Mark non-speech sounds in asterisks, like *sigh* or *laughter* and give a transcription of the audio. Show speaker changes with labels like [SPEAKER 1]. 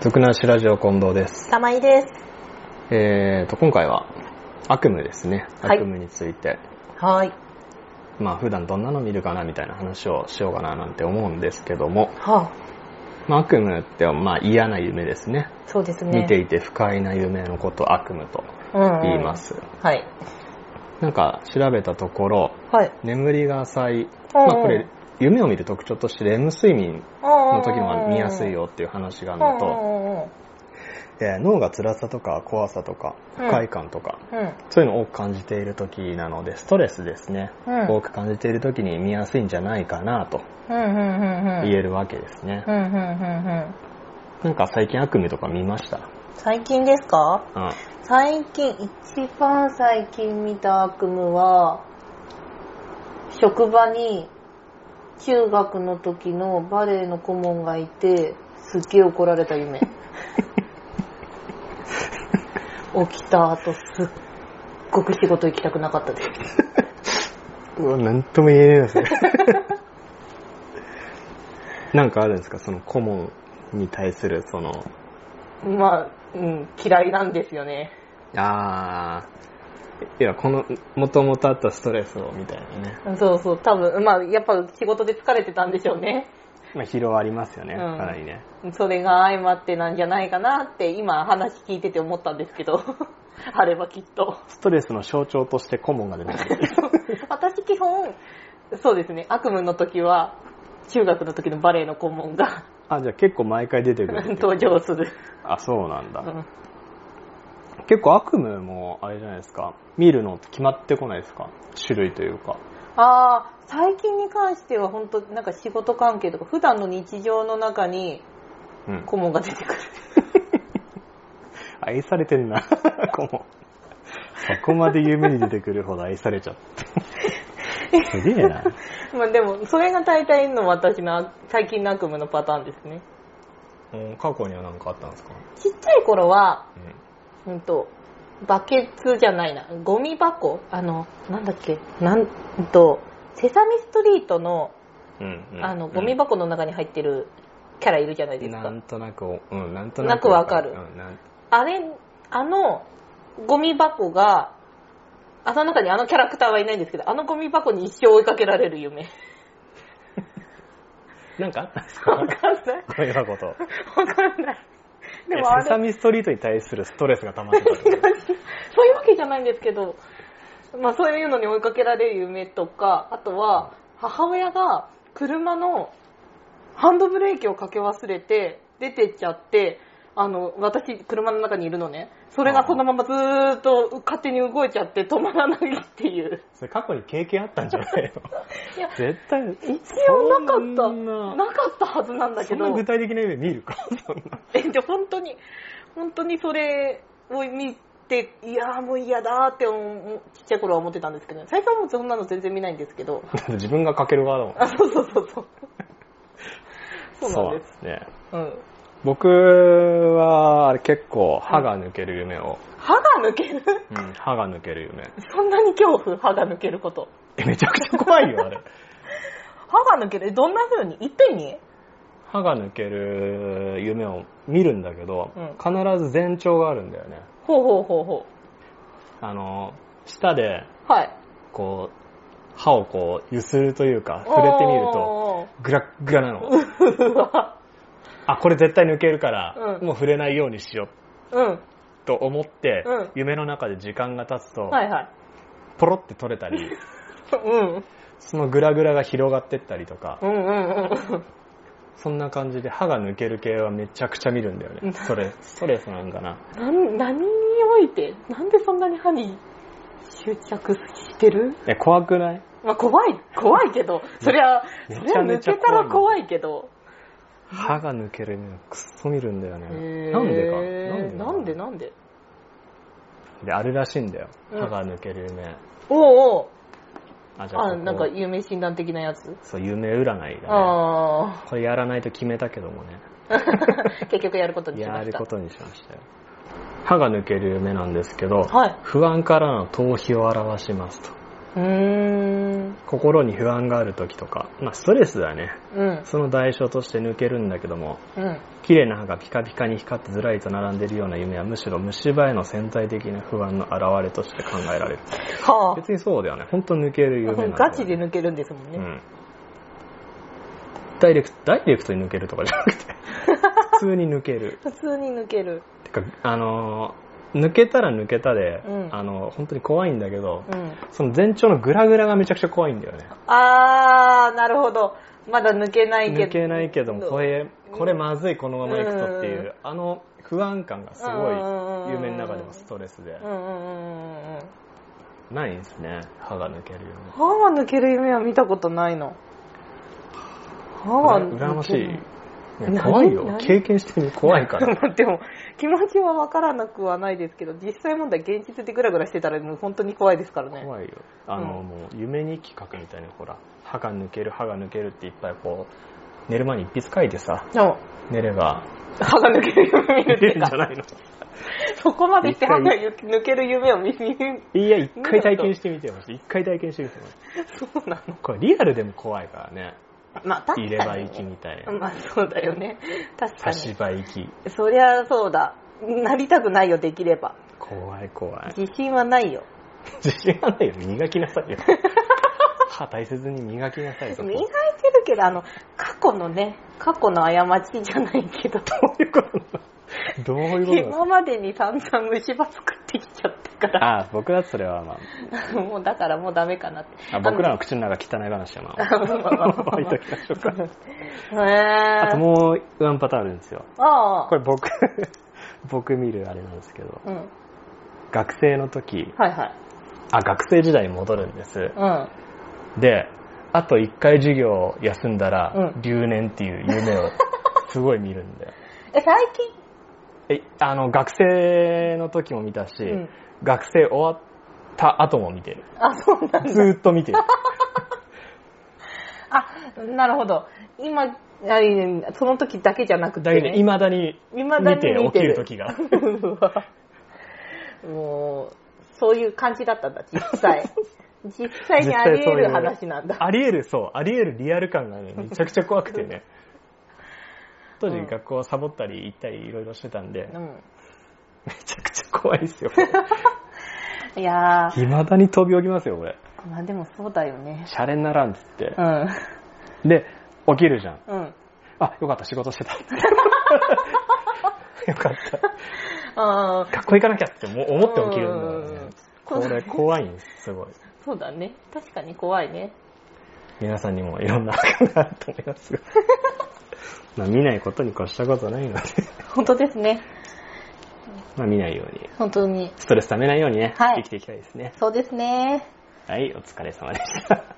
[SPEAKER 1] 俗なしラジオ近藤です。
[SPEAKER 2] 玉井です。
[SPEAKER 1] えーと、今回は悪夢ですね。
[SPEAKER 2] はい
[SPEAKER 1] 悪夢について。
[SPEAKER 2] はい。
[SPEAKER 1] まあ、普段どんなの見るかなみたいな話をしようかななんて思うんですけども、
[SPEAKER 2] はあ、
[SPEAKER 1] まあ、悪夢ってまあ嫌な夢ですね。
[SPEAKER 2] そうですね。
[SPEAKER 1] 見ていて不快な夢のことを悪夢と言います。
[SPEAKER 2] はい。
[SPEAKER 1] なんか調べたところ、
[SPEAKER 2] はい。
[SPEAKER 1] 眠りが浅い、
[SPEAKER 2] うん
[SPEAKER 1] ま
[SPEAKER 2] うん
[SPEAKER 1] あ、これ夢を見る特徴としてレム睡眠の
[SPEAKER 2] の
[SPEAKER 1] 時の方が見やすい。よっていう話があ
[SPEAKER 2] う
[SPEAKER 1] る
[SPEAKER 2] んう
[SPEAKER 1] のと、
[SPEAKER 2] んうん
[SPEAKER 1] えー脳が辛さとか怖さとか不快感とか、
[SPEAKER 2] うん。
[SPEAKER 1] そういうのを多く感じている時なのでストレスですね、
[SPEAKER 2] うん
[SPEAKER 1] 多く感じている時に見やすいんじゃないかなと
[SPEAKER 2] うんうんうんうん。
[SPEAKER 1] 言えるわけですね
[SPEAKER 2] う、んうんうんうん。
[SPEAKER 1] なんか最近悪夢とか見ました
[SPEAKER 2] 最近ですか
[SPEAKER 1] あ
[SPEAKER 2] 最近、一番最近見た悪夢は、職場に中学の時のバレエの顧問がいて、すっげえ怒られた夢。起きた後すっごく仕事行きたくなかったです。
[SPEAKER 1] うわ何とも言えないですね *laughs* なんかあるんですかその顧問に対するその
[SPEAKER 2] まあ、うん、嫌いなんですよね。
[SPEAKER 1] ああいやこのもともとあったストレスをみたいなね、
[SPEAKER 2] そうそう、多分、まあ、やっぱ仕事で疲れてたんでしょうね。
[SPEAKER 1] まあ、疲労ありますよね、
[SPEAKER 2] うん
[SPEAKER 1] かなりね
[SPEAKER 2] それが相まってなんじゃないかなって今話聞いてて思ったんですけ *laughs* どあればきっと
[SPEAKER 1] ストレスの象徴として顧問が出てくる
[SPEAKER 2] *laughs* 私基本そうですね悪夢の時は中学の時のバレエの顧問が
[SPEAKER 1] あじゃあ結構毎回出てくるっていう
[SPEAKER 2] 登場する、
[SPEAKER 1] あそうなんだ、
[SPEAKER 2] うん
[SPEAKER 1] 結構悪夢もあれじゃないですか見るの決まってこないですか種類というか
[SPEAKER 2] ああ最近に関しては本当なんか仕事関係とか普段の日常の中に
[SPEAKER 1] うん
[SPEAKER 2] 顧問が出てくる
[SPEAKER 1] 愛されて *laughs* んなこのそこまで夢に出てくるほど愛されちゃってすげ *laughs* えな
[SPEAKER 2] *laughs* まあでもそれが大体の私の最近の悪夢のパターンですね
[SPEAKER 1] 過去には何かあったんですか、
[SPEAKER 2] ちっちゃい頃はうんと、バケツじゃないな、ゴミ箱あの、なんだっけ、なんうんと、セサミストリートの、
[SPEAKER 1] うん
[SPEAKER 2] あの、ゴミ箱の中に入ってるキャラいるじゃないです
[SPEAKER 1] な
[SPEAKER 2] か。
[SPEAKER 1] んとなくうんなんとな
[SPEAKER 2] な
[SPEAKER 1] く
[SPEAKER 2] くわかる
[SPEAKER 1] うんなん
[SPEAKER 2] あれ、あの、ゴミ箱が、あその中にあのキャラクターはいないんですけど、あのゴミ箱に一生追いかけられる夢。
[SPEAKER 1] なんかあったんです
[SPEAKER 2] わか
[SPEAKER 1] か
[SPEAKER 2] んない。
[SPEAKER 1] *laughs* ゴミ箱と
[SPEAKER 2] わかんない。でもあ
[SPEAKER 1] え
[SPEAKER 2] れ、
[SPEAKER 1] セサミストリートに対するストレスが溜まってた
[SPEAKER 2] *laughs*
[SPEAKER 1] ってこと
[SPEAKER 2] そういうわけじゃないんですけど、まあそういうのに追いかけられる夢とか、あとは母親が車のハンドブレーキをかけ忘れて出てっちゃって、あの、私、車の中にいるのね。それがそのままずーっと勝手に動いちゃって止まらないっていう。
[SPEAKER 1] それ過去に経験あったんじゃないの
[SPEAKER 2] いや、
[SPEAKER 1] 絶対
[SPEAKER 2] *laughs* 一応なかった。
[SPEAKER 1] そんな
[SPEAKER 2] なかったはずなんだ
[SPEAKER 1] そ
[SPEAKER 2] け
[SPEAKER 1] んな
[SPEAKER 2] ど。
[SPEAKER 1] 具体的な夢見るか *laughs* そんな
[SPEAKER 2] え、で、本当に、本当にそれを見て、いやーもう嫌だーって思うちっちゃい頃は思ってたんですけど、最近はもうそんなの全然見ないんですけど、
[SPEAKER 1] だって *laughs* 自分がかける側だもん
[SPEAKER 2] あ、そうそうそうそう。そうなんです。
[SPEAKER 1] すね
[SPEAKER 2] うん。
[SPEAKER 1] 僕はあれ結構歯が抜ける夢を、
[SPEAKER 2] 歯が抜ける
[SPEAKER 1] うん歯が抜ける夢
[SPEAKER 2] そんなに恐怖、歯が抜けること。
[SPEAKER 1] えめちゃくちゃ怖いよ
[SPEAKER 2] *laughs*
[SPEAKER 1] あれ
[SPEAKER 2] 歯が抜けるどんな風にいっぺんに
[SPEAKER 1] 歯が抜ける夢を見るんだけど、
[SPEAKER 2] うん
[SPEAKER 1] 必ず前兆があるんだよね
[SPEAKER 2] ほうほうほうほ
[SPEAKER 1] あの舌で
[SPEAKER 2] う。はい。
[SPEAKER 1] こう歯をこうゆするというか触れてみると
[SPEAKER 2] おー。
[SPEAKER 1] グラッグラなの
[SPEAKER 2] うわ
[SPEAKER 1] あこれ絶対抜けるから、
[SPEAKER 2] うん
[SPEAKER 1] もう触れないようにしよう
[SPEAKER 2] うん。
[SPEAKER 1] と思って、
[SPEAKER 2] うん
[SPEAKER 1] 夢の中で時間が経つと、
[SPEAKER 2] はいはい。
[SPEAKER 1] ポロって取れたり、
[SPEAKER 2] *laughs* うん。
[SPEAKER 1] そのグラグラが広がってったりとか、
[SPEAKER 2] うんうんうん
[SPEAKER 1] そんな感じで歯が抜ける系はめちゃくちゃ見るんだよ
[SPEAKER 2] う
[SPEAKER 1] ね
[SPEAKER 2] ん。
[SPEAKER 1] それ、ストレスなんかな。
[SPEAKER 2] なん何においてなんでそんなに歯に執着してる
[SPEAKER 1] え、怖くない
[SPEAKER 2] まあ怖い怖いけどそりゃ
[SPEAKER 1] め
[SPEAKER 2] そ
[SPEAKER 1] め
[SPEAKER 2] り
[SPEAKER 1] ち
[SPEAKER 2] ゃ
[SPEAKER 1] ゃめ
[SPEAKER 2] 抜
[SPEAKER 1] ちゃ
[SPEAKER 2] けたら怖いけど
[SPEAKER 1] 歯が抜ける夢くっそ見るんだよね。
[SPEAKER 2] へー
[SPEAKER 1] なんでかなんで
[SPEAKER 2] なんで
[SPEAKER 1] な
[SPEAKER 2] なんで
[SPEAKER 1] で、あるらしいんだよ。
[SPEAKER 2] うん
[SPEAKER 1] 歯が抜ける夢。
[SPEAKER 2] おうおう
[SPEAKER 1] あ、じゃあこ
[SPEAKER 2] あ
[SPEAKER 1] こ
[SPEAKER 2] なんか有名診断的なやつ、
[SPEAKER 1] そう、夢占いだね。
[SPEAKER 2] あ
[SPEAKER 1] これやらないと決めたけどもね。
[SPEAKER 2] あ *laughs* 結局やることにしま
[SPEAKER 1] や
[SPEAKER 2] し
[SPEAKER 1] る
[SPEAKER 2] た
[SPEAKER 1] ことにしましたよ。歯が抜ける夢なんですけど、
[SPEAKER 2] はい
[SPEAKER 1] 不安からの逃避を表しますと。
[SPEAKER 2] うーん。
[SPEAKER 1] 心に不安がある時とか、まあ、ストレスだね。
[SPEAKER 2] うん。
[SPEAKER 1] その代償として抜けるんだけども、
[SPEAKER 2] うん。
[SPEAKER 1] 綺麗な歯がピカピカに光ってずらりと並んでいるような夢はむしろ虫歯への潜在的な不安の表れとして考えられる。
[SPEAKER 2] は
[SPEAKER 1] 別にそうだよね。ほんと抜ける夢なん
[SPEAKER 2] あ。
[SPEAKER 1] だよ
[SPEAKER 2] ガチで抜けるんですもんね。
[SPEAKER 1] うん。ダイレクト、ダイレクトに抜けるとかじゃなく
[SPEAKER 2] *laughs*
[SPEAKER 1] て、普通に抜ける。
[SPEAKER 2] 普通に抜ける。
[SPEAKER 1] てか、あのー抜けたら抜けたで、
[SPEAKER 2] うん
[SPEAKER 1] あのー本当に怖いんだけど、
[SPEAKER 2] うん。
[SPEAKER 1] その前兆のグラグラがめちゃくちゃ怖いんだよね。
[SPEAKER 2] あー、なるほど。まだ抜けない
[SPEAKER 1] 抜
[SPEAKER 2] けど。
[SPEAKER 1] けないけども、これ、これまずい、このままいくとっていう、
[SPEAKER 2] うん
[SPEAKER 1] あの不安感がすご
[SPEAKER 2] うん
[SPEAKER 1] い、夢の中でもストレスで
[SPEAKER 2] う、んうんうんうんうん。
[SPEAKER 1] ないんですね、歯が抜けるよう
[SPEAKER 2] 歯は抜ける夢は見たことないの。歯は抜
[SPEAKER 1] に。
[SPEAKER 2] け
[SPEAKER 1] う
[SPEAKER 2] な
[SPEAKER 1] ら羨
[SPEAKER 2] い
[SPEAKER 1] ましい。
[SPEAKER 2] 何
[SPEAKER 1] ね怖いよ
[SPEAKER 2] 何。
[SPEAKER 1] 経験してみる怖い
[SPEAKER 2] *laughs*
[SPEAKER 1] から。
[SPEAKER 2] でも、気持ちはわからなくはないですけど、実際問題、現実でグラグラしてたら、もう本当に怖いですからね。
[SPEAKER 1] 怖いよあの、
[SPEAKER 2] うん
[SPEAKER 1] もう夢日記書くみたいにほら歯が抜ける歯が抜けるっていっぱいこう寝る前に一筆書いてさ
[SPEAKER 2] でも
[SPEAKER 1] 寝れ
[SPEAKER 2] *laughs*
[SPEAKER 1] ば
[SPEAKER 2] 歯が抜ける夢見
[SPEAKER 1] 出
[SPEAKER 2] るって
[SPEAKER 1] るんじ
[SPEAKER 2] か
[SPEAKER 1] ゃ、ないの
[SPEAKER 2] そこまで言って
[SPEAKER 1] 一回
[SPEAKER 2] 歯が抜ける夢を見見る。
[SPEAKER 1] いや一回体験してみてほしい一回体験してみてほしい
[SPEAKER 2] そうなの。
[SPEAKER 1] これリアルでも怖いからね
[SPEAKER 2] まあ、確かに。
[SPEAKER 1] 入れ歯行きみたいな
[SPEAKER 2] まあ、そうだよね。確か
[SPEAKER 1] 差し
[SPEAKER 2] に。
[SPEAKER 1] 歯行き
[SPEAKER 2] そりゃそうだ。なりたくないよ、できれば。
[SPEAKER 1] 怖い怖い
[SPEAKER 2] 自信はないよ。
[SPEAKER 1] *laughs* 自信がないよ磨きなさい *laughs* よ歯大切に磨きなさいそこ
[SPEAKER 2] 磨いてるけど、あの、過去のね、過去の過ちじゃないけど、
[SPEAKER 1] どういうことなのどういうことな
[SPEAKER 2] *laughs* 今
[SPEAKER 1] の
[SPEAKER 2] までに散々虫歯作ってきちゃったから、
[SPEAKER 1] ああ僕だとそれはまあ
[SPEAKER 2] もうだからもうダメかなって。
[SPEAKER 1] あ僕らの口の中汚い話やな。
[SPEAKER 2] あの、まあまあまあまあ
[SPEAKER 1] 置いときましょうか。
[SPEAKER 2] へー
[SPEAKER 1] あともうワンパターンあるんですよ。
[SPEAKER 2] ああ。
[SPEAKER 1] これ僕、 *laughs* 僕見るあれなんですけど、
[SPEAKER 2] うん。
[SPEAKER 1] 学生の時、
[SPEAKER 2] はいはい。
[SPEAKER 1] あ、学生時代に戻るんです。
[SPEAKER 2] うん。
[SPEAKER 1] で、あと一回授業休んだら、
[SPEAKER 2] うん
[SPEAKER 1] 留年っていう夢をすごい見るんだよ。
[SPEAKER 2] え、最近
[SPEAKER 1] え、あの、学生の時も見たし、
[SPEAKER 2] うん
[SPEAKER 1] 学生終わった後も見てる。
[SPEAKER 2] あ、そうなんだ。
[SPEAKER 1] ずーっと見
[SPEAKER 2] *laughs*
[SPEAKER 1] てる。
[SPEAKER 2] あ、なるほど。今、あいいねその時だけじゃなくて、
[SPEAKER 1] だけど、
[SPEAKER 2] ね。
[SPEAKER 1] 未だに
[SPEAKER 2] 未だに
[SPEAKER 1] 見
[SPEAKER 2] 見
[SPEAKER 1] て起
[SPEAKER 2] てる
[SPEAKER 1] きる時が。
[SPEAKER 2] うわ *laughs* もう、そういう感じだったんだ、実
[SPEAKER 1] *laughs*
[SPEAKER 2] 際。実際にあり得る話なんだ。
[SPEAKER 1] ありえる、そう、ありえるリアル感が
[SPEAKER 2] *laughs*
[SPEAKER 1] ね、めちゃくちゃ怖くてね。当時学校サボったり行ったりいろいろしてたんで、めちゃくちゃ怖いです
[SPEAKER 2] *laughs*
[SPEAKER 1] よ。
[SPEAKER 2] うん、いやー、
[SPEAKER 1] 未だに飛び起きますよ、これ。
[SPEAKER 2] まあでもそうだよね。
[SPEAKER 1] シャレにならんっつって
[SPEAKER 2] う。ん。
[SPEAKER 1] で、起きるじゃん。
[SPEAKER 2] うん。
[SPEAKER 1] あ、よかった、仕事して
[SPEAKER 2] *laughs*
[SPEAKER 1] た。よかった。
[SPEAKER 2] あ
[SPEAKER 1] 学校行かなきゃっても思って起きるんだよ
[SPEAKER 2] う
[SPEAKER 1] ね
[SPEAKER 2] ん。
[SPEAKER 1] これ怖いんです、すご
[SPEAKER 2] *laughs*
[SPEAKER 1] い。
[SPEAKER 2] ーそうだね。確かに怖いね。
[SPEAKER 1] 皆さんにもいろんな感があると思いますが。まあ見ないことに越したこと
[SPEAKER 2] *laughs*
[SPEAKER 1] ないので、
[SPEAKER 2] 本当ですね。
[SPEAKER 1] まあ見ないように
[SPEAKER 2] 本当に。
[SPEAKER 1] ストレス溜めないようにね、
[SPEAKER 2] はい
[SPEAKER 1] 生きていきたいですね。
[SPEAKER 2] そうですね。
[SPEAKER 1] はい、お疲れ様でした。